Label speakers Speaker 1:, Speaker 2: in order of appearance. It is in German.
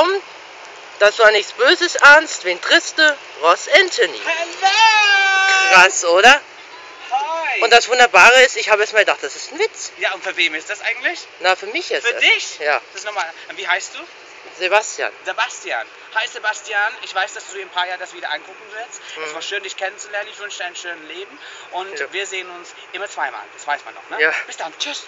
Speaker 1: Um, Das war nichts Böses, Ernst. Wen triste? Ross Anthony.
Speaker 2: Hello!
Speaker 1: Krass, oder?
Speaker 2: Hi!
Speaker 1: Und das Wunderbare ist, ich habe erst mal gedacht, das ist ein Witz.
Speaker 2: ja, und für wem ist das eigentlich?
Speaker 1: Na, für mich jetzt.
Speaker 2: Für
Speaker 1: erst.
Speaker 2: dich?
Speaker 1: Ja,
Speaker 2: Das ist normal. Und wie heißt du?
Speaker 1: Sebastian.
Speaker 2: Sebastian. Hi Sebastian, ich weiß, dass du in ein paar Jahren das wieder angucken wirst. Es war schön, dich kennenzulernen. Ich wünsche dir ein schönes Leben. Und
Speaker 1: Mhm. Ja.
Speaker 2: wir sehen uns immer zweimal. Das weiß man noch, ne?
Speaker 1: Ja.
Speaker 2: Bis dann. Tschüss.